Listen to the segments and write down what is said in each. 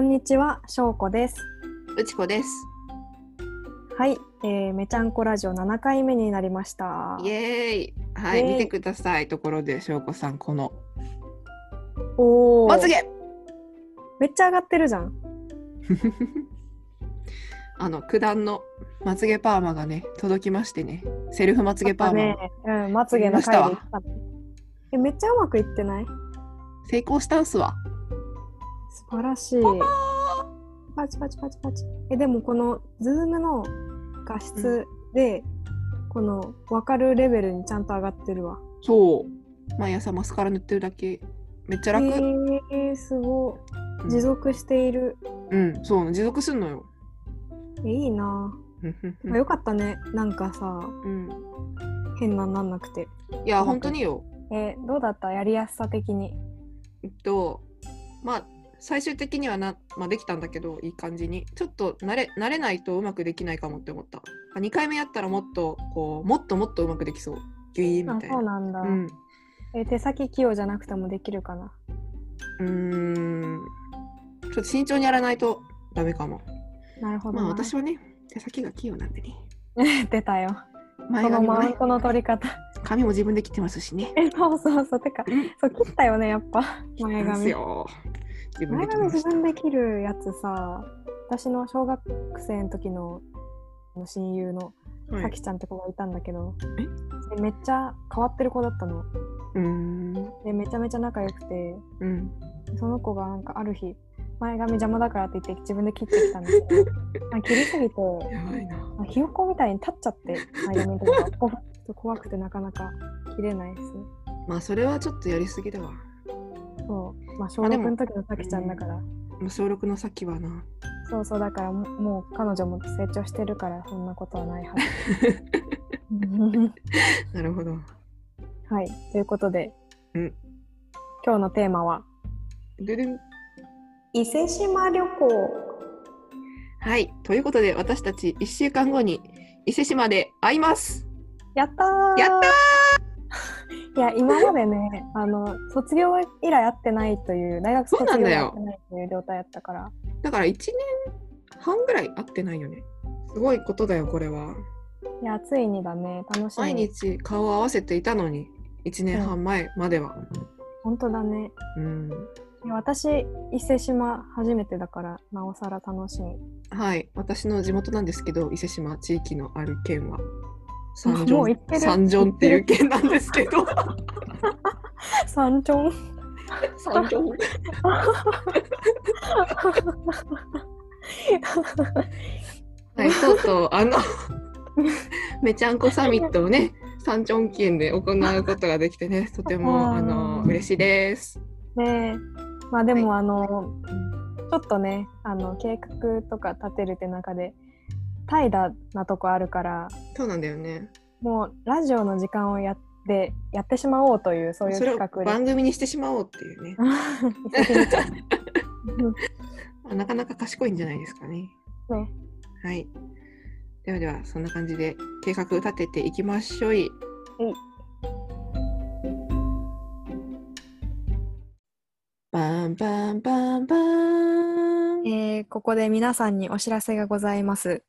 んにちは、しょうこです。うちこです。はい、えー、めちゃんこラジオ7回目になりました。イエーイ。はい、イエーイ見てください。ところで、しょうこさん、この。おお、まつげ。めっちゃ上がってるじゃん。あの、九段のまつげパーマがね、届きましてね。セルフまつげパーマ。ね、うん、まつげの回で言ったねえ、めっちゃうまくいってない成功したんすわ。素晴らしい。パチパチパチパチ。え、でもこのズームの画質で、この分かるレベルにちゃんと上がってるわ。そう。毎朝マスカラ塗ってるだけ。めっちゃ楽。えー、すごうい。ん持続している。うん、そう、持続すんのよ。えいいなうんうんぁ、あよかったね。なんかさ、うん。変なんなんなくて。いや、本当によ。えーどうだったやりやすさ的に。えっとまあ最終的にはな、まあ、できたんだけどいい感じにちょっと慣れ慣れないとうまくできないかもって思った2回目やったらもっとこうもっともっとうまくできそうギュイーンあみたいそうななんだ、うんえー手先器用じゃなくてもできるかなうーんちょっと慎重にやらないとダメかもなるほどまな、あ私はね手先が器用なんでね出たよ前この髪もマウンねトの取り方 髪も自分で切ってますしねえそうそうそうてかうんそう切ったよねやっぱ前なんす髪よ自分前で切り髪まし自た分で切るやつさ私の小学生の時の親友のはいさきちゃんって子がいたんだけど、えでめっちゃ変わってる子だったのうーんでめちゃめちゃ仲良くてうんその子がなんかある日前髪邪魔だからって言って自分で切ってきたんだけ どまあ切りすぎてやばいなあひよこみたいに立っちゃ って、前髪とかこうちょっと怖くてなかなか切れないですね。まあそれはちょっとやりすぎだわそう、まあ、小あ学でもの時のさきちゃんだから、もう小6のさっき はなそうそう、だからももう彼女も成長してるから、そんなことはない はず。うんなるほど。はい、ということで、うん今日のテーマは、ぐるん伊勢志摩旅行。はい。ということで、私たち1週間後に伊勢志摩で会います。やったーやった いや、今までね、あの、卒業以来会ってないという、大学卒業以来会ってないという状態だったから、ーだから1年半ぐらい会ってないよね。すごいことだよ、これは。いや、ついにだね、楽しみ。毎日顔を合わせていたのに、1年半前までは。本当だね。うん。いや私伊勢志摩初めてだからなおさら楽しみはい。私の地元なんですけど、伊勢志摩地域のある県は。も三う条行ってる三条っていう県なんですけ ど山頂三条はい、とうとう、あの、めちゃんこサミットをね、三丁県で行うことができてね、とても、あーあの、嬉しいです。 ねえまあでも、あのちょっとねあの計画とか立てるって中で怠惰なとこあるからそうなんだよね。もうラジオの時間をやってやってしまおうというそういうそれ企画でを番組にしてしまおうっていうね、 伊勢志摩ちゃんあなかなか賢いんじゃないですかね。ねはい。ではでは、そんな感じで計画立てていきましょい。はいバンバンバンバン。えーここで皆さんにお知らせがございます。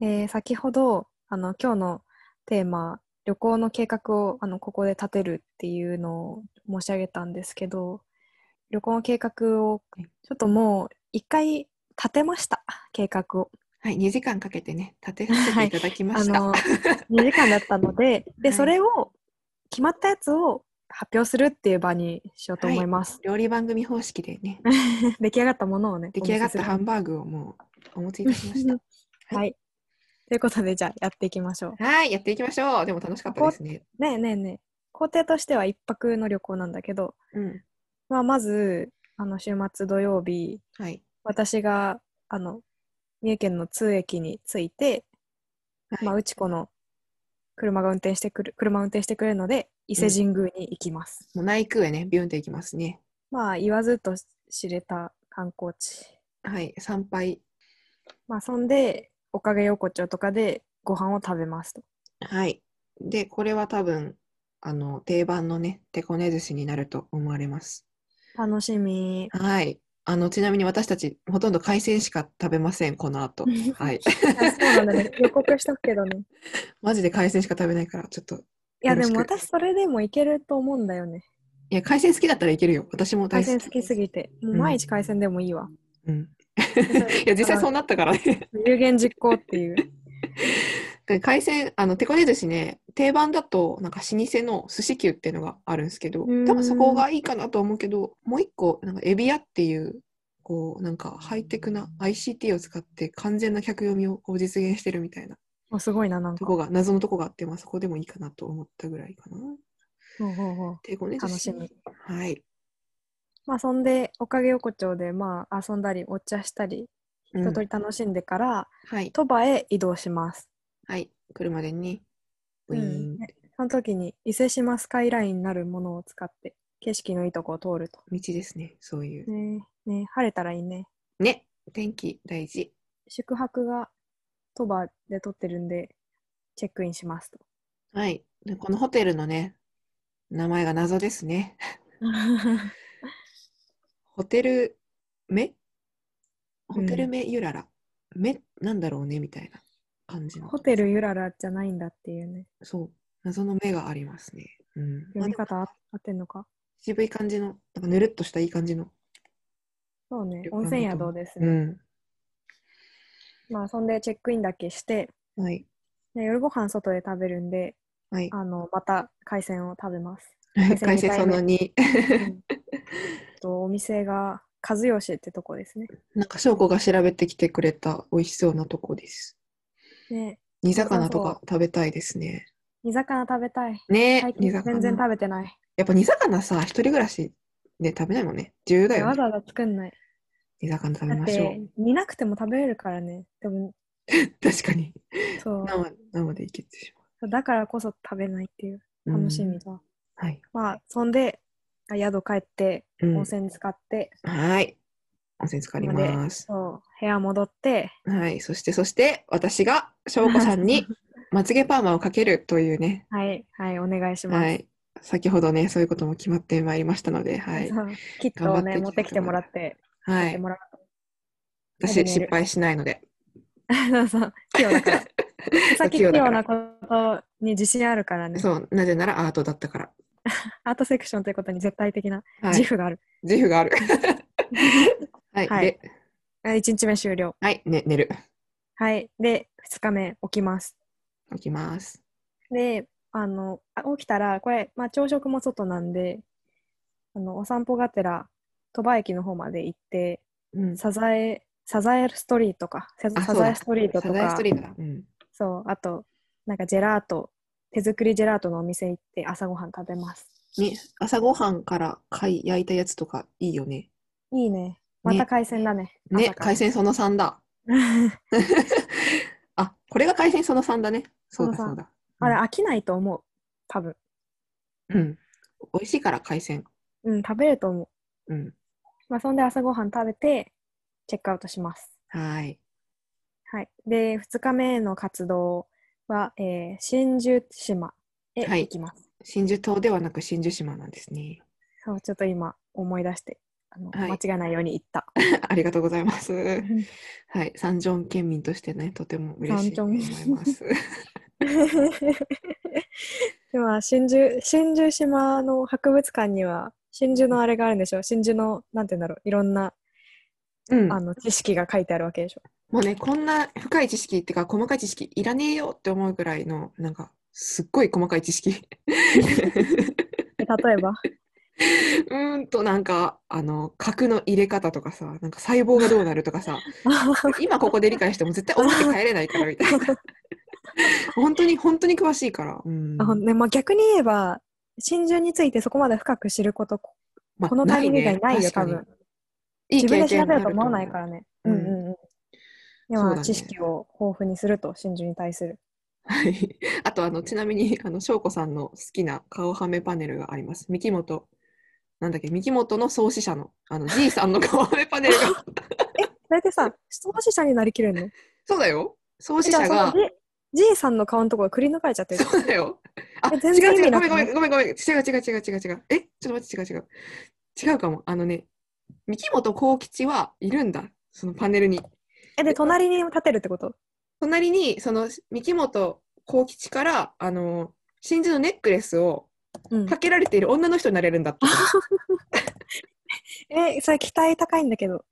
えー先ほどあの今日のテーマ旅行の計画をあのここで立てるっていうのを申し上げたんですけど旅行の計画をはいちょっともう一回立てました計画を。はい、2時間かけてね、立てさせていただきまあした。の2時間だったの でで、はいそれを決まったやつを発表するっていう場にしようと思います。 料理番組方式でね、 出来上がったものをね出来上おがっ見せするたハンバーグをもうお持ちいたし ました。たはい。ということで、じゃあやっていきましょう。はい、やっていきましょう。でも楽しかったですね。ねえねえねえ。工程としては一泊の旅行なんだけど、うん。まあ、まず、あの、週末土曜日、はい。私が、あの、三重県の通駅に着いて、はいまあ、うちこの車が運転してくる、車を運転してくれるので、伊勢神宮に行きます。もう内宮へね、ビュンっていきますね。まあ、言わずと知れた観光地。はい、参拝。まあ、そんで、おかげ横丁とかでご飯を食べますと。はい。で、これは多分、あの、定番のね、手こね寿司になると思われます。 楽しみ。はい。あのちなみに私たちほとんど海鮮しか食べませんこの後はいあそうなんだね。予告しとくけどね。マジで海鮮しか食べないからちょっといや、よろでしくも私それでもいけると思うんだよね。いや海鮮好きだったらいけるよ私も海大鮮好き好きすぎて。もううん毎日海鮮でもいい わ。うん、いや実際そうう。なったからね有言実行っていう。海鮮あの手こね寿司ね定番だとなんか老舗の寿司球っていうのがあるんですけどうん多分そこがいいかなと思うけどもう一個なんかエビ屋っていうこうなんかハイテクな ICT を使って完全な客読みをこう実現してるみたいなもうすごいな、なんとか。こが謎のとこがあって、まあ、そこでもいいかなと思ったぐらいかな。ほうほうほう手こね寿司楽しはい、まあ、そんで、おかげ横丁で、まあ、遊んだり、お茶したり、うん一通り楽しんでから、はい、鳥羽へ移動します。はい、車でね。ウうィんーンってその時に、伊勢志摩スカイラインなるものを使って、景色のいいとこを通ると。道ですね、そういう。ねね晴れたらいいね。ね、天気大事。宿泊が鳥羽で取ってるんで、チェックインします と。はい、でこのホテルのね、名前が謎ですね。ホテル目ホテル目ゆらら。目なんだろうねみたいな感じの。ホテルゆららじゃないんだっていうね。そう、謎の目がありますね。うん。読まあみ方あ合ってんのか。渋い感じの、なんかぬるっとしたいい感じの。そうね旅。温館だと泉宿ですうね。ん。まあ、そんでチェックインだけして、はい。で夜ご飯外で食べるんで、はい。 あの、また海鮮を食べます。海鮮その2。うんとお店が和義ってとこですね。 なんか翔子が調べてきてくれた美味しそうなとこです。ね煮魚とか食べたいですね。煮魚食べたい。ね最煮近魚。全然食べてない。やっぱ煮魚さ、一人暮らしで食べないもんね。重要だよわねざ。わざ作んない。煮魚食べだっましょて煮なくても食べれるからね。でもう。確かに。そう生生でいけてしだからこそ食べないっていうまう。楽しみうん。だ。はい。まあそんであ宿帰ってうん温泉使って、はい。温泉浸かります。そう部屋戻ってはい。そして、そして、私が翔子さ んにまつげパーマをかけるというね。はいはいお願いします。はい。先ほどね、そういうことも決まってまいりましたので、はいそ。うキットをね頑張持っっててききててももららうって、はやってい。もらう私、始める失敗しないので。そう そう器用だ からさっき器器用用だからなことに自信あるからねそう、なぜならアートだったから。アートセクションということに絶対的なはい、自自負負がある、がある。はい、はいで、あ一1日目終了はい、ね、寝る。はいで2日目起きます起きます。であのあ起きたらこれ、まあ、朝食も外なんであのお散歩がてら鳥羽駅の方まで行ってうん、サザエサザエストリートかサあサそうザだエストリートとサザエスかトリートだ。うん。そうあとなんかジェラート手作りジェラートのお店行って朝ごはん食べますね、朝ごはんから貝焼いたやつとかいいよね。いいねまた海鮮だねね朝、から海鮮その3だ。 あ、これが海鮮その3だね。そうそだそのう三だ。あれ飽きないと思う多分うん。美味しいから海鮮。うん食べると思ううん。まあ、そんで朝ごはん食べて、チェックアウトします。はい。はい。で、2日目の活動は、えー、真珠島へはい行きます。真珠島ではなく真珠島なんですね。 そうちょっと今思い出して、あのはい間違えないように言った。ありがとうございます。はい、サンジョン県民としてね、とても嬉しいと思います。 では、真珠、真珠島の博物館には、真珠のあれがあるんでしょ真珠の、なんて言うんだろう、いろんな、 うん、あもの知識が書いてあるわけでしょ。うね、こんな深い知識っていうか、細かい知識いらねえよって思うぐらいの、なんか、すっごい細かい 知識。え例えば、 うーんと、なんか、あの、核の入れ方とかさ、なんか細胞がど うなるとか さ、今ここで理解しても絶対思って帰れないから みたいな。本当に、本当に詳しいから。うん。あねまあ、逆に言えば、真珠についてそこまで深く知ること、まあこのタイミング以外ないよ、多。ね分確か。にいい自分で経験調になべる。ると思わないかららね。ううんんうんうん。でそうだは、ね知識を豊富にすると、真珠に対する。はい。あと、あの、ちなみに、あの、翔子さんの好きな顔はめパネルがあります。三木本、なんだっけ、三木本の創始者の、あの、じいさんの顔はめパネルが。 大体さ、質問者になりきれるのそうだよ。創始じゃ者あ、そのが。じじいさんの顔のところがくり抜かれちゃってる。そうだよ。あ、違えう全然違意う。味なごくめんごなめいんごめんごめん。違う違う違う違う違う。え、ちょっと待って、違う違う。違うかも。あのね、三木本幸吉はいるんだ、そのパネルに。え、で、隣に立てるってこと隣に、その三木本幸吉から、あの、真珠のネックレスをうんかけられている女の人になれるんだって。え、それ期待高いんだけど。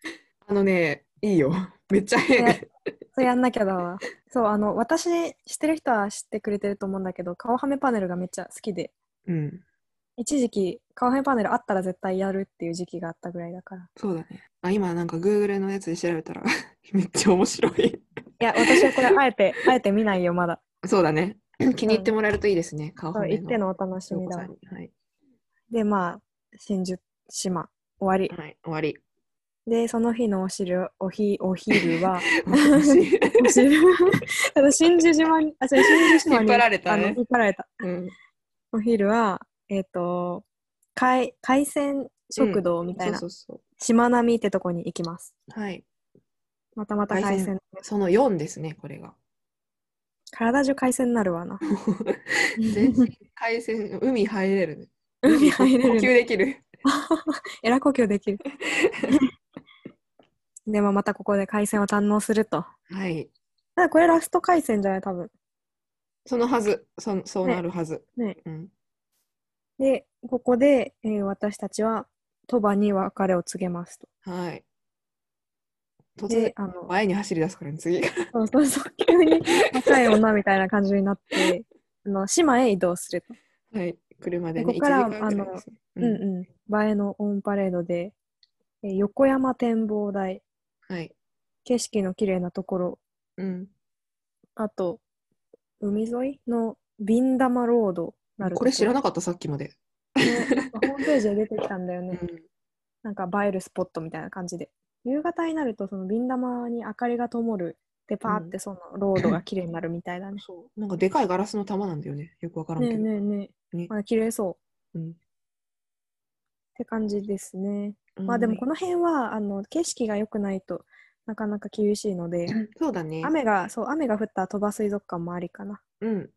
あのね、いいよ。 めっちゃ変。ねそれやんなきゃだ わ。そう、あの、私、知ってる人は知ってくれてると思うんだけど、顔はめパネルがめっちゃ好きで、うん。一時期、顔はめパネルあったら絶対やるっていう時期があったぐらいだから。そうだね。あ、今なんか Google のやつで調べたら、 めっちゃ面白い。いや、私はこれ、あえ て、あえて見ないよ、まだ。そう だね。気に入ってもらえるといいですね。顔そう、褒め行ってののお楽し翔み子だわさん。に。はい。で、まあ、真珠島、終わり。はい、終わり。で、その日のお汁、おひ、お昼 は、 楽しいお汁、あの、真珠島に、 あ、違う、真珠島に、引っ張られたあのね引っ張られた。うん、お昼は、えっ、と、海、海鮮食堂みたいな、そうそうそ島並ってとこに行きます。う。はい。またまた海海鮮鮮。その4ですね、これが。体中海鮮になるわな。全身海鮮、海入れるね。海入呼れ吸る。できる。 えら呼吸で きる。でもまたここで海鮮を堪能すると。はい。ただこれラスト海鮮じゃない多分。そのはず、そそうなるはず。ねねうん、で、ここで、えー私たちは鳥羽に別れを告げますと。はい。突然で、、あの、前に走り出すからね、次が。そうそうそう、急に若い女みたいな感じになって、あの島へ移動すると。はい。車でね、ここから1時間ぐらいですねうんうんうん。映えのオンパレードで、えー横山展望台、はい。景色の綺麗なところ、うん。あと、海沿いのビンダマロードなるこれ知らななかった、さっきまで。い、ねホームページで出てきたんだようね。んなんか映えるスポットみたいな感じで。夕方になると、そのビンダマに明かりが灯る。で、パーってそのロードが綺麗になるみたいだね。そう。なんかでかいガラスの玉なんだよね。よくわからんねけえど。ねえねえ。ねまあ、綺麗そう。うんって感じですね。まあでもこの辺は、あの、景色が良くないとなかなか厳しいので、うんそうだね。雨が、そう、雨が降った鳥羽水族館もありかな。うん。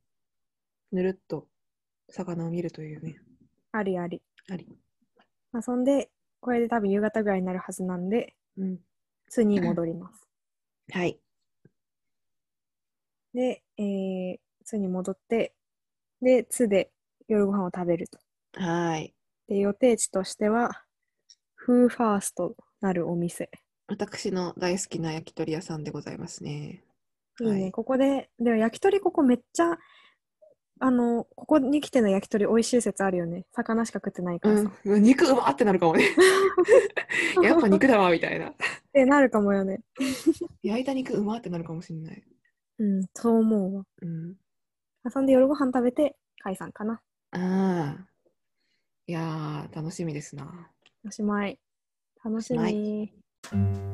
ぬるっと魚を見るというね。ありあり。あり。まあ、そんで、これで多分夕方ぐらいになるはずなんで、うん。巣に戻り ます。はい。で、えー、巣に戻って、で、巣で夜ご飯を食べると。はい。で、予定地としては、フーファーストなるお店。私の大好きな焼き鳥屋さんでございますね。いいね、はいここで、でも焼き鳥ここめっちゃ、あの、ここに来ての焼き鳥美味しい説あるよね。魚しか食ってない からさ。うん。肉うまってなるかもね。 やっぱ肉だわ、みたいな。ってなるかもよね。焼いた肉うまってなるかもしれない。うん、そう思うわ。うん。遊んで夜ご飯食べて解散かな。ああ。いやー、楽しみですな。おしまい。楽しみ。は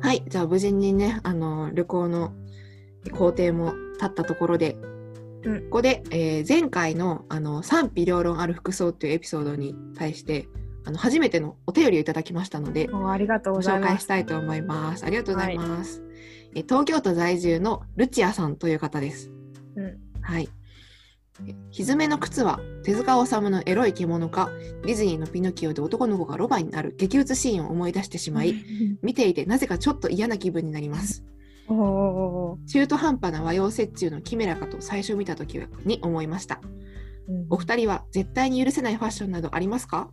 はい、じゃあ無事にね、あの旅行の行程も立ったところで、うんここで、えー前回のあの賛否両論ある服装というエピソードに対してあの初めてのお便りをいただきましたのでもうありがとうごござい紹ま介すし。たいと思います。ありがとうございます。え東京都在住のルチアさんという方です。うんはい。えひずめの靴は手塚治虫のエロい獣かディズニーのピノキオで男の子がロバになる激鬱シーンを思い出してしまい見ていてなぜかちょっと嫌な気分になります おーおーお中途半端な和洋折衷のキメラかと最初見た時に思いましたー、うんお二人は絶対に許せないファッションなどありますか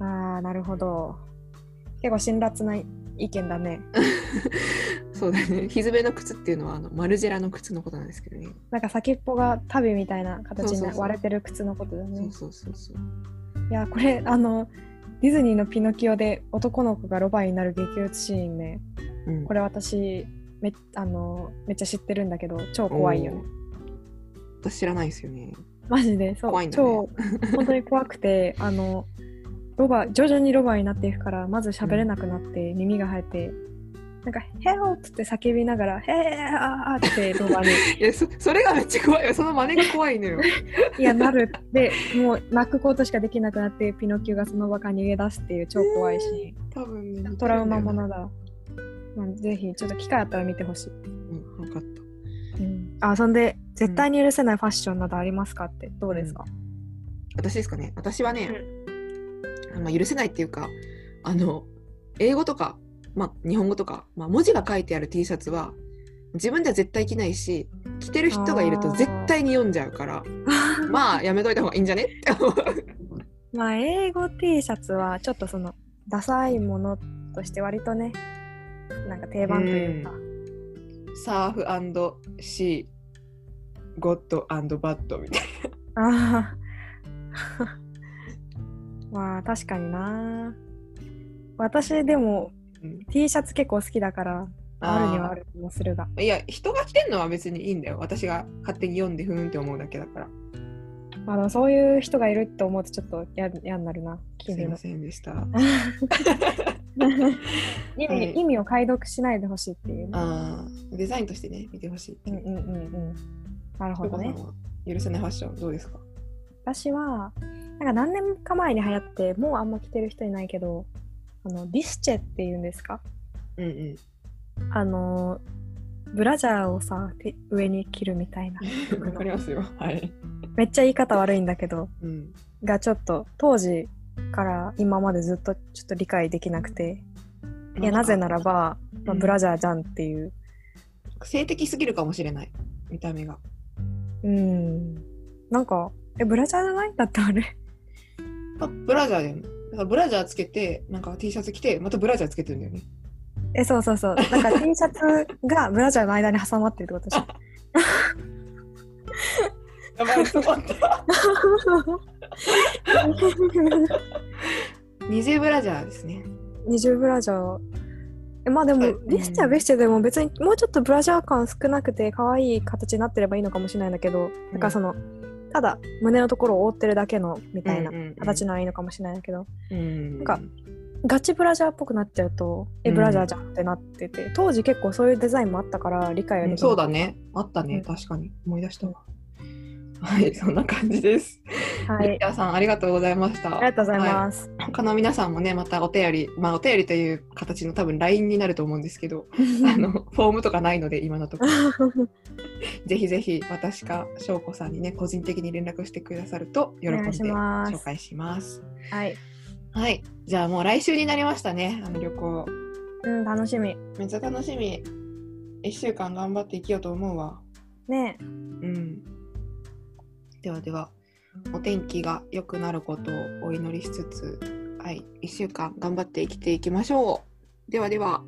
ああ、なるほど。結構辛辣な意見だね。そうだねひずめの靴っていうのはあのマルジェラの靴のことなんですけどねなんか先っぽが足袋みたいな形そうそうにそう割れてる靴のことだね。そうそうそうそういや、これ、あの、ディズニーのピノキオで男の子がロバになる激鬱シーンね。うんこれ私、めあのめっちゃ知ってるんだけど、超怖いよね。おー私知らないですよねマジで、そう、怖いんだね超、本当に怖くて、 あの、ロバ、徐々にロバになっていくから、まず喋れなくなって、耳が生えて、なんか、ヘルプって叫びながら、ヘーってロ バに、 いやそそれがめっちゃ怖いよその真似が怖い のよいや、なるって、もう泣くことしかできなくなって、ピノキオがその場から逃げ出すっていう超怖いシ多分ねーン。似てるんだよなトラウマものだ。まあ、ぜひ、ちょっと機会あったら見てほしい。うん分かったうん、あそんで絶対に許せないファッションなどありますかってどうですか、私ですかね私はね、まあ、許せないっていうかあの英語とか、まあ、日本語とか、まあ、文字が書いてある T シャツは自分では絶対着ないし着てる人がいると絶対に読んじゃうからまあやめといた方がいいんじゃねって思うまあ英語 T シャツはちょっとそのダサいものとして割とねなんか定番というか、 サーフシーゴッドバッドみたいなああ まあ確かにな私でもうん T シャツ結構好きだからあるにはある気もするがいや人が着てんのは別にいいんだよ私が勝手に読んでふーんって思うだけだからまあでもそういう人がいると思うとちょっと嫌嫌になるなす気い分まがせんでした意味,、はい意味を解読しないでほしいっていう、ね、あーデザインとしてね見てほしいってうんいううんうんうんなるほどね翔子さんは許せないファッションどうですか私はなんか何年か前に流行ってもうあんま着てる人いないけどあのディスチェっていうんですかうんうんあのブラジャーをさて上に着るみたい なわかりますよ。はい。めっちゃ言い方悪いんだけどうん。がちょっと当時から今までずっとちょっと理解できなくていやなぜならば、まあ、うんブラジャーじゃんっていう性的すぎるかもしれない。見た目が。うんなんかえブラジャーじゃないだってあれあブラジャーだよね。だからブラジャーつけて、なんか T シャツ着て、またブラジャーつけてるん だよね。えそうそうそうなんか T シャツがブラジャーの間に挟まってるってことでしょやばい、そうだった。二重ブラジャーですね。二重ブラジャーえまあでも、はいリスチャベスチェでも別にもうちょっとブラジャー感少なくて可愛い形になってればいいのかもしれないんだけど、なんかそのただ胸のところを覆ってるだけのみたいなうんうんうん形ならいいのかもしれないんだけど、うん。なんかガチブラジャーっぽくなっちゃうとえブラジャーじゃんってなってて、当時結構そういうデザインもあったから理解はうでん、きなそいうだね。あったうね。ん確かに。思い出したわ。はい、そんな感じです。はい、皆さん、ありがとうございました。ありがとうございはます、他の皆さんもねまたお便りまあお便りという形の多分 LINE になると思うんですけど あのフォームとかないので今のところぜひぜひ私か翔子さんにね個人的に連絡してくださると喜んお願でいします紹介しますはい、はいじゃあもう来週になりましたねあの旅行うん、楽しみめっちゃ楽しみ1週間頑張って生きようと思うわねえうんではではお天気が良くなることをお祈りしつつ、はい、1週間頑張って生きていきましょう。ではでは。